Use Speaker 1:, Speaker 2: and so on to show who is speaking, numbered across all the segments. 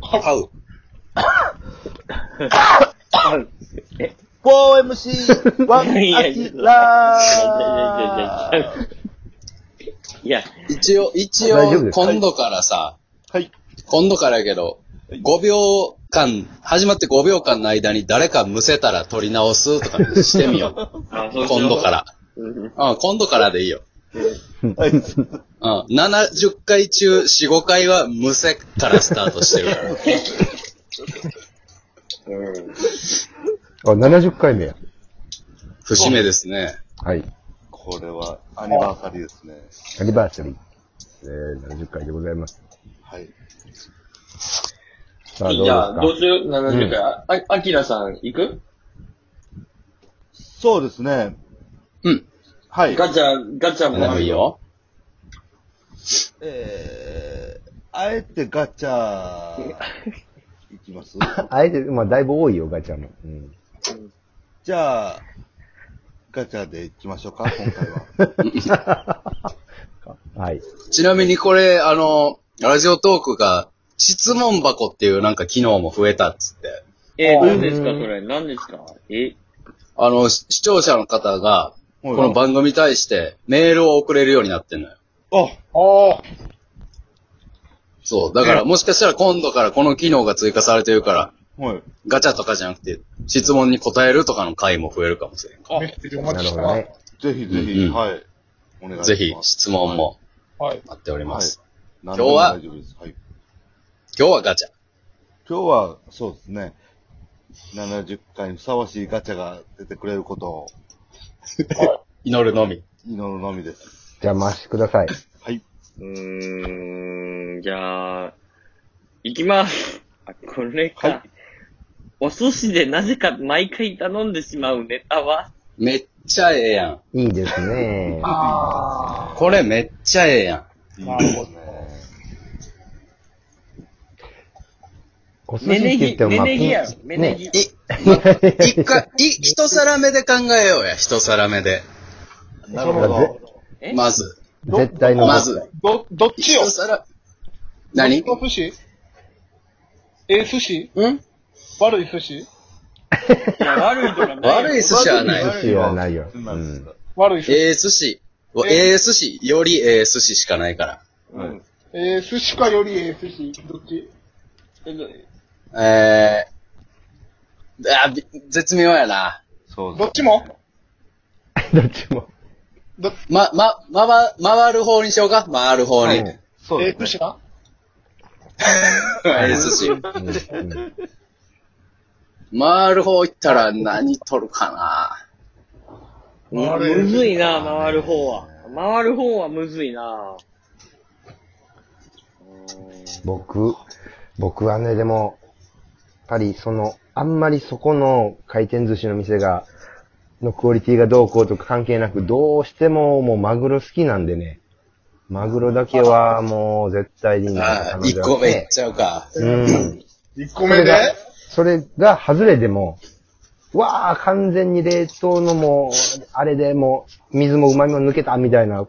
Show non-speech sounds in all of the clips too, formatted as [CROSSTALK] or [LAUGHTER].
Speaker 1: 合う。
Speaker 2: 4MC1
Speaker 3: いや
Speaker 2: アキラー
Speaker 3: いや、
Speaker 1: 一応、一
Speaker 4: 大丈夫で
Speaker 1: 応、
Speaker 4: すか
Speaker 1: 今度からさ、
Speaker 2: はい。
Speaker 1: 今度からやけど、5秒間、始まって5秒間の間に誰かむせたら取り直すとかしてみよう。
Speaker 3: あ
Speaker 1: 今度か。ら。
Speaker 3: うん
Speaker 1: うん、今度からでいいよ。
Speaker 2: はい。
Speaker 1: うん、70回中4、5回はむせからスタートしてるから。
Speaker 3: うん
Speaker 4: あ、70回目や。
Speaker 1: 節目ですね。
Speaker 4: はい。
Speaker 2: これはアニバーサリーですね。
Speaker 4: アニバーサリー。えー、70回でございます。
Speaker 2: はい。
Speaker 4: さあ、どう
Speaker 3: じゃあ、ど
Speaker 4: で
Speaker 3: う
Speaker 4: す
Speaker 3: する ?70 回。あ、あきらさん行く
Speaker 2: そうですね。
Speaker 1: うん。
Speaker 2: はい。
Speaker 3: ガチャ、ガチャも
Speaker 1: でもいい。よ。
Speaker 2: えー、あえてガチャ、いきます
Speaker 4: か [LAUGHS] あえて、まあ、だいぶ多いよ、ガチャも。うん。
Speaker 2: じゃあ、ガチャでいきましょうか、今回は。
Speaker 4: はい。
Speaker 1: ちなみにこれ、あの、ラジオトークが、質問箱っていうなんか機能も増えたっつって。
Speaker 3: えー、何ですかそれ。何ですかえ
Speaker 1: あの、し視聴者の方が、
Speaker 2: は
Speaker 1: こ
Speaker 2: い
Speaker 1: の番組に対してメールを送れるようになってんのよ。
Speaker 2: あ、
Speaker 1: そう。だから、もしかしたら今度からこの機能が追加されてるから、
Speaker 2: はい。
Speaker 1: ガチャとかじゃなくて、質問に答えるとかの回も増えるかもしれんか
Speaker 5: メッセージお
Speaker 4: な
Speaker 5: 待
Speaker 4: る
Speaker 5: ちし
Speaker 4: ほ
Speaker 5: て
Speaker 4: ど
Speaker 5: ます。
Speaker 4: ね。
Speaker 2: ぜひぜ
Speaker 1: うんう
Speaker 2: ひ、
Speaker 1: ん
Speaker 2: はい。お願いしま
Speaker 1: ら。
Speaker 2: す。
Speaker 1: ぜひ、質問も
Speaker 5: はい。
Speaker 1: 待っております。
Speaker 2: 何
Speaker 1: 日
Speaker 2: で
Speaker 1: は
Speaker 2: も大丈夫です。はい。
Speaker 1: 今日はガチャ。
Speaker 2: 今日は、そうですね。70回にふさわしいガチャが出てくれることを
Speaker 1: 祈るのみ。
Speaker 2: 祈るのみです。
Speaker 4: じゃあ、回してください。
Speaker 2: はい。
Speaker 3: うーん、じゃあ、行きます。あ、これか。
Speaker 2: はい
Speaker 3: お寿司でなぜか毎回頼んでしまうネタは
Speaker 1: めっちゃええやん。
Speaker 4: いいですね。
Speaker 5: あ
Speaker 1: これめっちゃええやん。
Speaker 2: いい
Speaker 5: な
Speaker 2: で
Speaker 5: る
Speaker 2: す
Speaker 5: ほ
Speaker 2: ね。
Speaker 4: お寿司
Speaker 3: メ
Speaker 4: って
Speaker 3: ネ
Speaker 4: 言っ
Speaker 3: ギ、
Speaker 4: ても、
Speaker 3: メ
Speaker 4: まあ、
Speaker 3: ネギや
Speaker 4: ピ
Speaker 3: ろ
Speaker 4: ン。
Speaker 3: メネギ。
Speaker 1: い、一
Speaker 2: [LAUGHS]
Speaker 1: 回、い、一皿目で考えようや。一皿目で。
Speaker 5: なるほど。
Speaker 3: え
Speaker 1: まず、
Speaker 4: 絶対の。
Speaker 1: まず、
Speaker 5: ど、どっちよ
Speaker 1: 一皿、何ん
Speaker 5: どっちの寿司ええ寿司悪い寿司
Speaker 3: いや、悪いとかないよ。
Speaker 1: 悪い寿司はない。
Speaker 4: 寿司はないよ。う
Speaker 2: なです
Speaker 4: ん。
Speaker 5: 悪い寿司
Speaker 1: ええ寿司。ええ寿司。よりええ寿司しかないか
Speaker 2: はい。
Speaker 5: ええ寿司かよりええ寿司どっち
Speaker 3: えっと
Speaker 1: ら。ええあ、び絶妙やな。
Speaker 2: そう
Speaker 5: どっちも
Speaker 4: どっちも。
Speaker 1: ま、ま、まわ、回る方にしようか回る方に。え
Speaker 2: そう
Speaker 5: ええ
Speaker 2: で
Speaker 5: 寿
Speaker 2: す
Speaker 5: 司
Speaker 2: ね。
Speaker 5: か
Speaker 1: え寿司。
Speaker 4: うんうん
Speaker 1: 回る方行ったら何取るかな。
Speaker 3: むずいな、回る方は。回る方はむずいな。
Speaker 4: 僕、僕はね、でも、やっぱりその、あんまりそこの回転寿司の店が、のクオリティがどうこうとか関係なく、どうしてももうマグロ好きなんでね。マグロだけはもう絶対に
Speaker 1: あ一個目いっちゃうか。
Speaker 4: うん。
Speaker 5: 1
Speaker 4: そ
Speaker 5: 個
Speaker 4: れ
Speaker 5: 目で
Speaker 4: が、それが外れでも、わあ、完全に冷凍のもう、あれでもう、水も旨味も抜けたみたいな、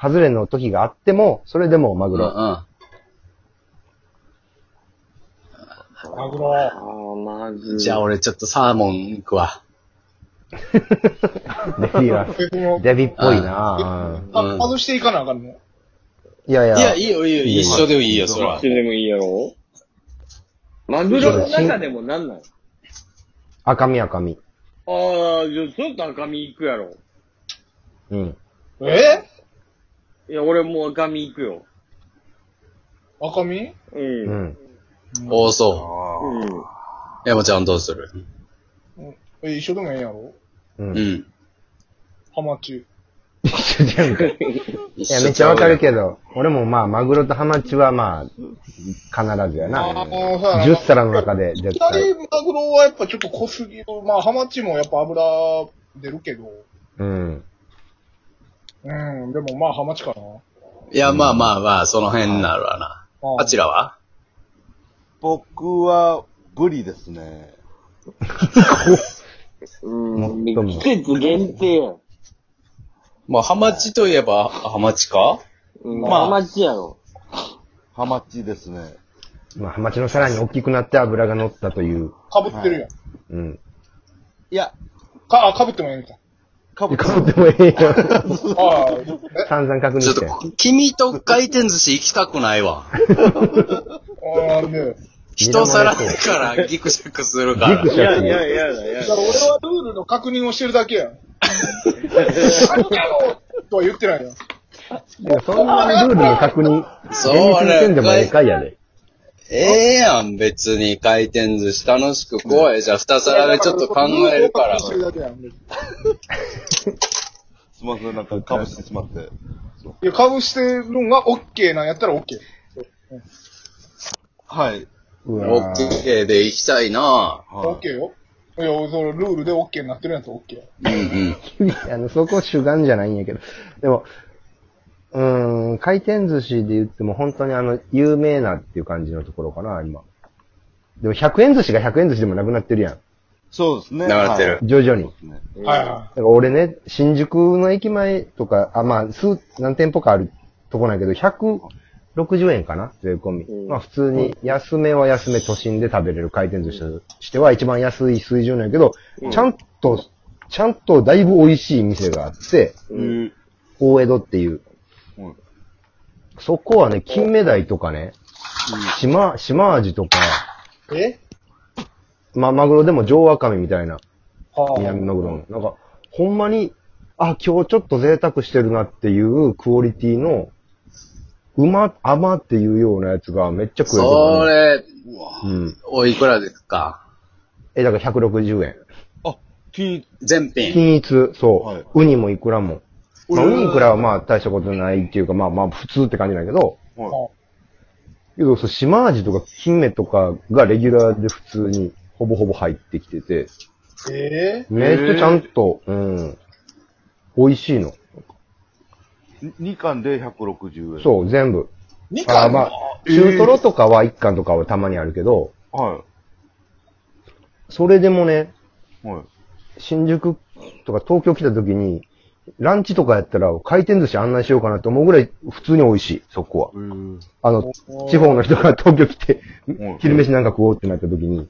Speaker 4: 外れの時があっても、それでもマ
Speaker 1: う
Speaker 4: グ
Speaker 1: んう
Speaker 4: ロ。
Speaker 1: ん。
Speaker 5: マグロ
Speaker 3: あ。あ、まずい。
Speaker 1: じゃあ俺ちょっとサーモン行くわ。
Speaker 4: [LAUGHS] デビは、デビっぽいなぁ。
Speaker 5: あ、外していかなあかんの
Speaker 4: いやいや。
Speaker 1: いや、いいよいいよ。一緒でもいいよ、そ
Speaker 3: どっ
Speaker 1: ら
Speaker 3: ち。でもいいやろマグロの中でもなんなん
Speaker 4: 赤身赤身。
Speaker 3: ああ、じゃあちょっと赤身行くやろ。
Speaker 4: うん。
Speaker 5: え
Speaker 3: いや、俺もう赤身行くよ。
Speaker 5: 赤身
Speaker 3: う。
Speaker 4: うんん。
Speaker 1: 多そ
Speaker 2: あ
Speaker 3: う
Speaker 2: ー
Speaker 3: ん。
Speaker 1: う。山ちゃんどうする
Speaker 5: え、一緒でもええやろ
Speaker 4: うん。
Speaker 1: う
Speaker 4: い
Speaker 1: ん。
Speaker 5: ハマチ。
Speaker 1: い
Speaker 4: や、めっちゃわかるけど、俺もまあ、マグロとハマチはまあ、必ずや
Speaker 5: あ
Speaker 4: な
Speaker 5: あ。そうやな
Speaker 4: 10皿の中で絶
Speaker 5: 二
Speaker 4: 対。
Speaker 5: 人マグロはやっぱちょっと濃すぎる。まあ、ハマチもやっぱ油出るけど。
Speaker 4: うん。
Speaker 5: うん、でもまあ、ハマチかな。
Speaker 1: いや、まあまあまあ、その辺になるわな。
Speaker 5: あ
Speaker 1: あちらは
Speaker 2: 僕は、ブリですね。
Speaker 3: うん。
Speaker 4: もっとも
Speaker 3: 季節限定やん。
Speaker 1: まあ、ハマチといえば、ハマチか
Speaker 3: うん。
Speaker 2: まあ
Speaker 3: ハマチやろ。
Speaker 2: ハマチですね。
Speaker 4: まあ、ハマチのさらに大きくなって油が乗ったという。
Speaker 5: かぶってるやん。
Speaker 4: うん。
Speaker 2: いや、
Speaker 5: か、あ、かぶってもええみたい。
Speaker 2: かぶ
Speaker 4: かぶってもええよ。
Speaker 5: ああ、え
Speaker 4: 散々確認
Speaker 1: ちょっ
Speaker 4: して。
Speaker 1: と、君と回転寿司行きたくない
Speaker 4: [LAUGHS]
Speaker 1: わ。
Speaker 5: ああ、ね
Speaker 1: 人さらだからギクシャクするか
Speaker 4: ギク
Speaker 1: ら。
Speaker 4: シ
Speaker 3: いや
Speaker 4: ャ
Speaker 3: いや
Speaker 4: ク。
Speaker 3: いやだ、いや
Speaker 5: だから
Speaker 3: だ。
Speaker 5: 俺はルールの確認をしてるだけやん。何やろうとは言ってない
Speaker 4: い
Speaker 5: やん。
Speaker 4: やそんなルールの確認、
Speaker 1: そう
Speaker 4: 現実せんでもええかいやで。
Speaker 1: ええやん、別に回転寿司楽しく来い。じゃあ、二皿目ちょっと考えるから
Speaker 5: ルールを確認。してるだけやん。い
Speaker 2: すみません、なんかかぶしてしまって。
Speaker 5: や、かぶしてるんが OK なんやったら OK。
Speaker 2: はい。
Speaker 4: う
Speaker 1: オ
Speaker 4: わ
Speaker 1: ッ
Speaker 4: ぁ。
Speaker 1: ケーで行きたいな
Speaker 2: はい
Speaker 5: OK よ。いや、そのルールで OK になってるやつは OK や。
Speaker 1: うんうん。
Speaker 4: [LAUGHS] あの、そこ主眼じゃないんやけど。でも、うーん、回転寿司で言っても本当にあの、有名なっていう感じのところかな、今。でも100円寿司が100円寿司でもなくなってるや
Speaker 2: そうですね。
Speaker 1: 流れてる
Speaker 4: ん。徐々に。だ
Speaker 2: そうですね。
Speaker 5: はいは
Speaker 4: から俺ね、新宿の駅前とか、あ、まあ、数、何店舗かあるとこなんやけど、160円かな税込み。
Speaker 3: うん
Speaker 4: まあ普通に、安めは安め都心で食べれる回転寿司としては一番安い水準なんやけど、ちゃんと、ちゃんとだいぶ美味しい店があって、
Speaker 2: うん。
Speaker 4: 大江戸っていう。
Speaker 2: うん
Speaker 4: そこはね、金目鯛とかね、島、島味とか、
Speaker 5: い。え
Speaker 4: まあ、マグロでも上ワカメみたいな、
Speaker 5: は
Speaker 4: 南マグロの。なんか、ほんまに、あ、今日ちょっと贅沢してるなっていうクオリティの、うま、甘っていうようなやつがめっちゃ食えるとこ
Speaker 1: そ
Speaker 4: ね、
Speaker 1: れ、
Speaker 4: うん。
Speaker 1: おいくらですか
Speaker 4: え、だから160円。
Speaker 2: あ、金、
Speaker 1: 全品。
Speaker 4: 均一、そう。
Speaker 2: はい
Speaker 4: ウニもイクラも。まあ、ウニイクラはまあ大したことないっていうか、まあまあ普通って感じなんやけど、
Speaker 2: は
Speaker 4: けど、そう、島味とか金目とかがレギュラーで普通に、ほぼほぼ入ってきてて、
Speaker 5: え
Speaker 4: めっちゃちゃんと、うん、美味しいの。
Speaker 2: い。2巻で160円。
Speaker 4: そう、全部。
Speaker 5: ー、2
Speaker 4: あ
Speaker 5: 巻
Speaker 4: ーまあ、中トロとかは1貫とかはたまにあるけど、
Speaker 2: う。は
Speaker 4: それでもね、
Speaker 2: い。はい。
Speaker 4: 新宿とか東京来た時に、ランチとかやったら回転寿司案内しようかなと思うぐらい普通に美味しい、そこは。
Speaker 2: うん。
Speaker 4: あの、地方の人が東京来て
Speaker 2: うん、
Speaker 4: 昼飯なんか食おうってなった時に、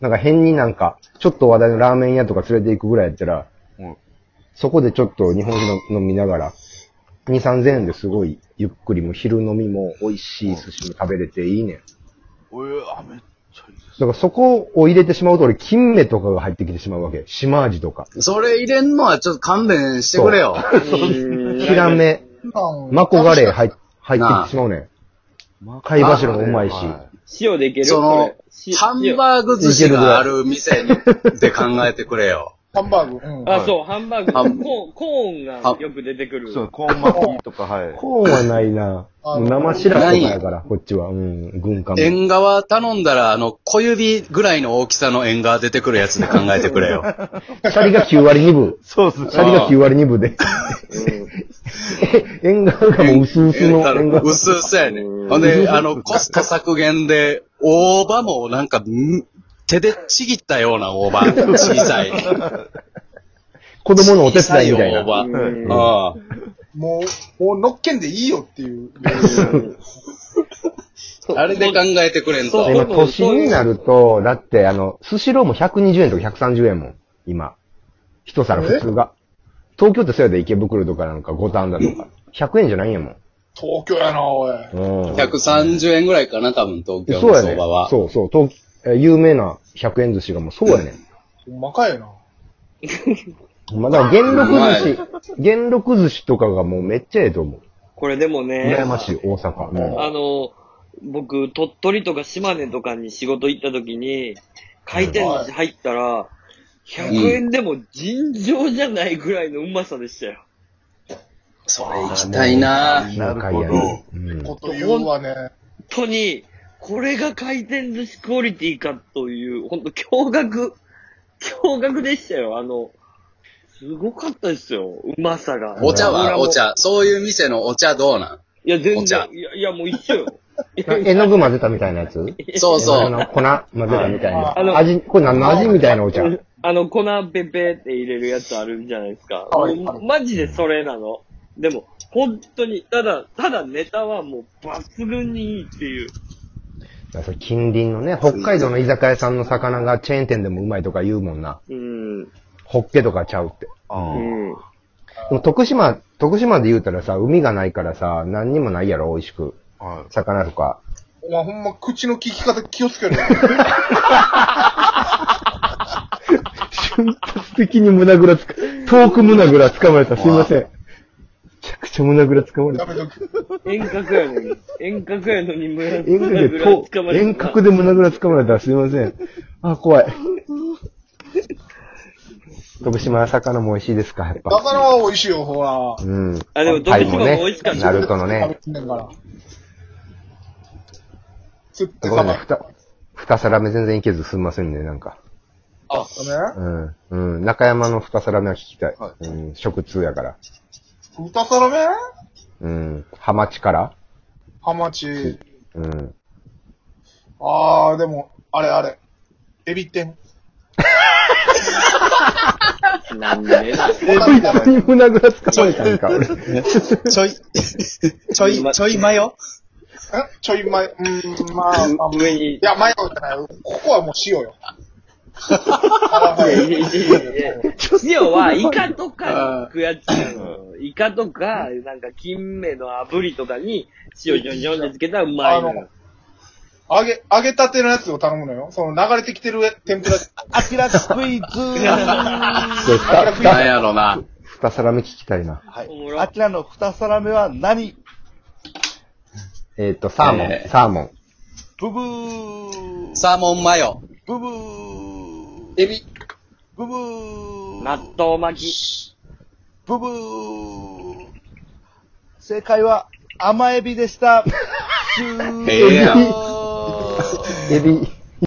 Speaker 4: なんか変になんか、ちょっと話題のラーメン屋とか連れて行くぐらいやったら、
Speaker 2: うん
Speaker 4: そこでちょっと日本酒の飲みながら、2、3000円ですごいゆっくりもう昼飲みも美味しい寿司も食べれていいねん。
Speaker 2: おえあ、めっちゃいいです。
Speaker 4: だからそこを入れてしまうと俺、金目とかが入ってきてしまうわけ。島味とか。
Speaker 1: それ入れんのはちょっと勘弁してくれよ。
Speaker 4: ヒラメ、マコガレー入っ入ってきてしまうねん。貝柱もうまいし。
Speaker 3: 塩でいける
Speaker 1: その
Speaker 3: れ、
Speaker 1: ハン
Speaker 3: 塩
Speaker 1: バーグ寿司がある店にで考えてくれよ。
Speaker 5: ハンバーグ。うん。
Speaker 2: はい
Speaker 3: あ、そう、ハンバーグ。
Speaker 1: ハン
Speaker 3: コーン、コーンがよく出てくる。
Speaker 2: そう、コーン巻きとか、はい。
Speaker 4: コーンはないな。
Speaker 5: あの
Speaker 4: 生白子とかやから、こっちは。うん、軍艦も。
Speaker 1: 縁側頼んだら、あの、小指ぐらいの大きさの縁側出てくるやつで考えてくれよ。
Speaker 4: シャリが9割2分。
Speaker 2: そうですね
Speaker 4: シャリが9割2分で。縁側がもう薄々の縁側。
Speaker 1: 薄々やね。ほんで、あの、コスト削減で、大葉もなんか、ん手でちぎったような大葉。小さい。
Speaker 4: 子供 [LAUGHS] のお手
Speaker 1: 小さ
Speaker 4: 伝い
Speaker 1: い
Speaker 4: みたい
Speaker 1: 大
Speaker 4: な。
Speaker 1: 葉。
Speaker 3: うん
Speaker 1: ああ
Speaker 5: もう、もう乗っけんでいいよっていう。
Speaker 1: あれで考えてくれんと。
Speaker 3: そう
Speaker 4: 今、都心になると、だって、あの、スシローも120円とか130円もん、今。一皿普通が。東京ってそうやで池袋とかなんか五反田とか。100円じゃないんやもん。
Speaker 5: 東京やな、おい。
Speaker 4: うん。
Speaker 1: 130円ぐらいかな、多分、東京
Speaker 4: そう
Speaker 1: の
Speaker 4: や
Speaker 1: 相
Speaker 4: ね
Speaker 1: 場は。。
Speaker 4: そうそう。東え有名な100円寿司がもうそうやねん。
Speaker 5: ほんまかいな。
Speaker 4: まあだから元禄寿司、元禄寿司とかがもうめっちゃええと思う。
Speaker 3: これでもね、
Speaker 4: 羨ましい、大阪。
Speaker 3: あの、僕、鳥取とか島根とかに仕事行った時に、回転寿司入ったら、100円でも尋常じゃないぐらいのうまさでしたよ。
Speaker 1: それ行きたいな
Speaker 4: うん仲いいや
Speaker 2: なる
Speaker 4: ねうん
Speaker 5: こと言うわね。
Speaker 3: 本当に、これが回転寿司クオリティかという、本当驚愕、驚愕でしたよ。あの、すごかったですよ、うまさが。
Speaker 1: お茶
Speaker 3: 油
Speaker 1: は
Speaker 3: も
Speaker 1: お。茶。そういう店のお茶どう
Speaker 4: [LAUGHS]
Speaker 1: なん
Speaker 3: いや、全
Speaker 1: お茶
Speaker 3: 然、いや、いやもう一緒よ。
Speaker 4: 絵の具混ぜたみたいなやつ
Speaker 1: そうそ
Speaker 4: 絵の
Speaker 1: う。
Speaker 4: 具の粉混ぜたみたい
Speaker 3: あの
Speaker 4: な。味、これ何の味みたいなお茶。
Speaker 3: あの、粉ペペって入れるやつあるんじゃないですか。
Speaker 5: はい
Speaker 3: もうマジでそれなの。でも、本当に、ただ、ただネタはもう抜群にいいっていう。
Speaker 4: からそれ近隣のね、北海道の居酒屋さんの魚がチェーン店でもうまいとか言うもんな。
Speaker 3: うん。
Speaker 4: ホッケとかちゃうって。
Speaker 2: あ
Speaker 3: うん。
Speaker 4: でも徳島、徳島で言うたらさ、海がないからさ、何にもないやろ、美味しく。
Speaker 2: あ。はい。
Speaker 4: 魚とか。
Speaker 5: お前ほんま口の聞き方気をつけ
Speaker 1: [LAUGHS]
Speaker 5: ろよ。
Speaker 4: 瞬発的に胸ぐらつか、遠く胸ぐらつかまれた。すいません。めちゃくちゃ胸ぐらつかまれ
Speaker 5: や
Speaker 4: た。
Speaker 5: めとく。
Speaker 3: 遠隔やのに、遠隔やのに村
Speaker 4: 遠隔で、
Speaker 3: 村
Speaker 4: 遠遠隔で胸ぐらつかまれた。すいません。あ、怖い。徳島魚も美味しいですか、やっぱ。
Speaker 5: 魚は美味しいよ、ほら。
Speaker 4: うん。
Speaker 3: あでも
Speaker 4: タイ
Speaker 3: 徳島も美味しかった
Speaker 4: ナルトのね。
Speaker 5: 食べてんねんから。釣って
Speaker 4: ごめんね、
Speaker 5: 魚。
Speaker 4: ふた、二皿目全然いけずすんませんね、なんか。
Speaker 5: あ、ダ
Speaker 4: うん。うん。中山の二皿目は聞きたい。
Speaker 2: は
Speaker 4: うん。食通やから。
Speaker 5: メ二皿目
Speaker 4: うん。ハマチから
Speaker 5: ハマチ。
Speaker 4: うん。
Speaker 5: あー、でも、あれあれ。エビ天。
Speaker 3: なんでね。
Speaker 4: 本当に [LAUGHS] 胸ぐらつかまれたんか、俺。
Speaker 1: ちょい、ちょい、ちょいマヨ
Speaker 5: えちょい前、うーん、まあ、まあ、
Speaker 3: 上に
Speaker 5: いや、迷うじゃない。ここはもう
Speaker 1: [LAUGHS]
Speaker 5: 塩よ。
Speaker 3: いやいやいやいや塩はイカとかに行くやつなのイカとか、なんか金目の炙りとかに塩ジョンジョンでつけたらうまいのよ。
Speaker 5: 揚げ、揚げたてのやつを頼むのよ。その流れてきてる天ぷら。
Speaker 2: アキラスクイズ
Speaker 4: そう二
Speaker 5: ふ
Speaker 1: なんやろな。
Speaker 4: 二皿目聞きたいな。
Speaker 2: は
Speaker 3: おも
Speaker 2: い。
Speaker 3: ろ
Speaker 2: アキラの二皿目は何
Speaker 4: えっ、と、サーモン、
Speaker 1: えー
Speaker 4: サーモン。
Speaker 2: ブブー
Speaker 1: サーモンマヨ。
Speaker 2: ブブー
Speaker 5: エビ。
Speaker 2: ブブー
Speaker 3: 納豆巻き。
Speaker 2: ブブー正解は甘エビでした終了
Speaker 1: ええやん
Speaker 2: ー
Speaker 4: エビ、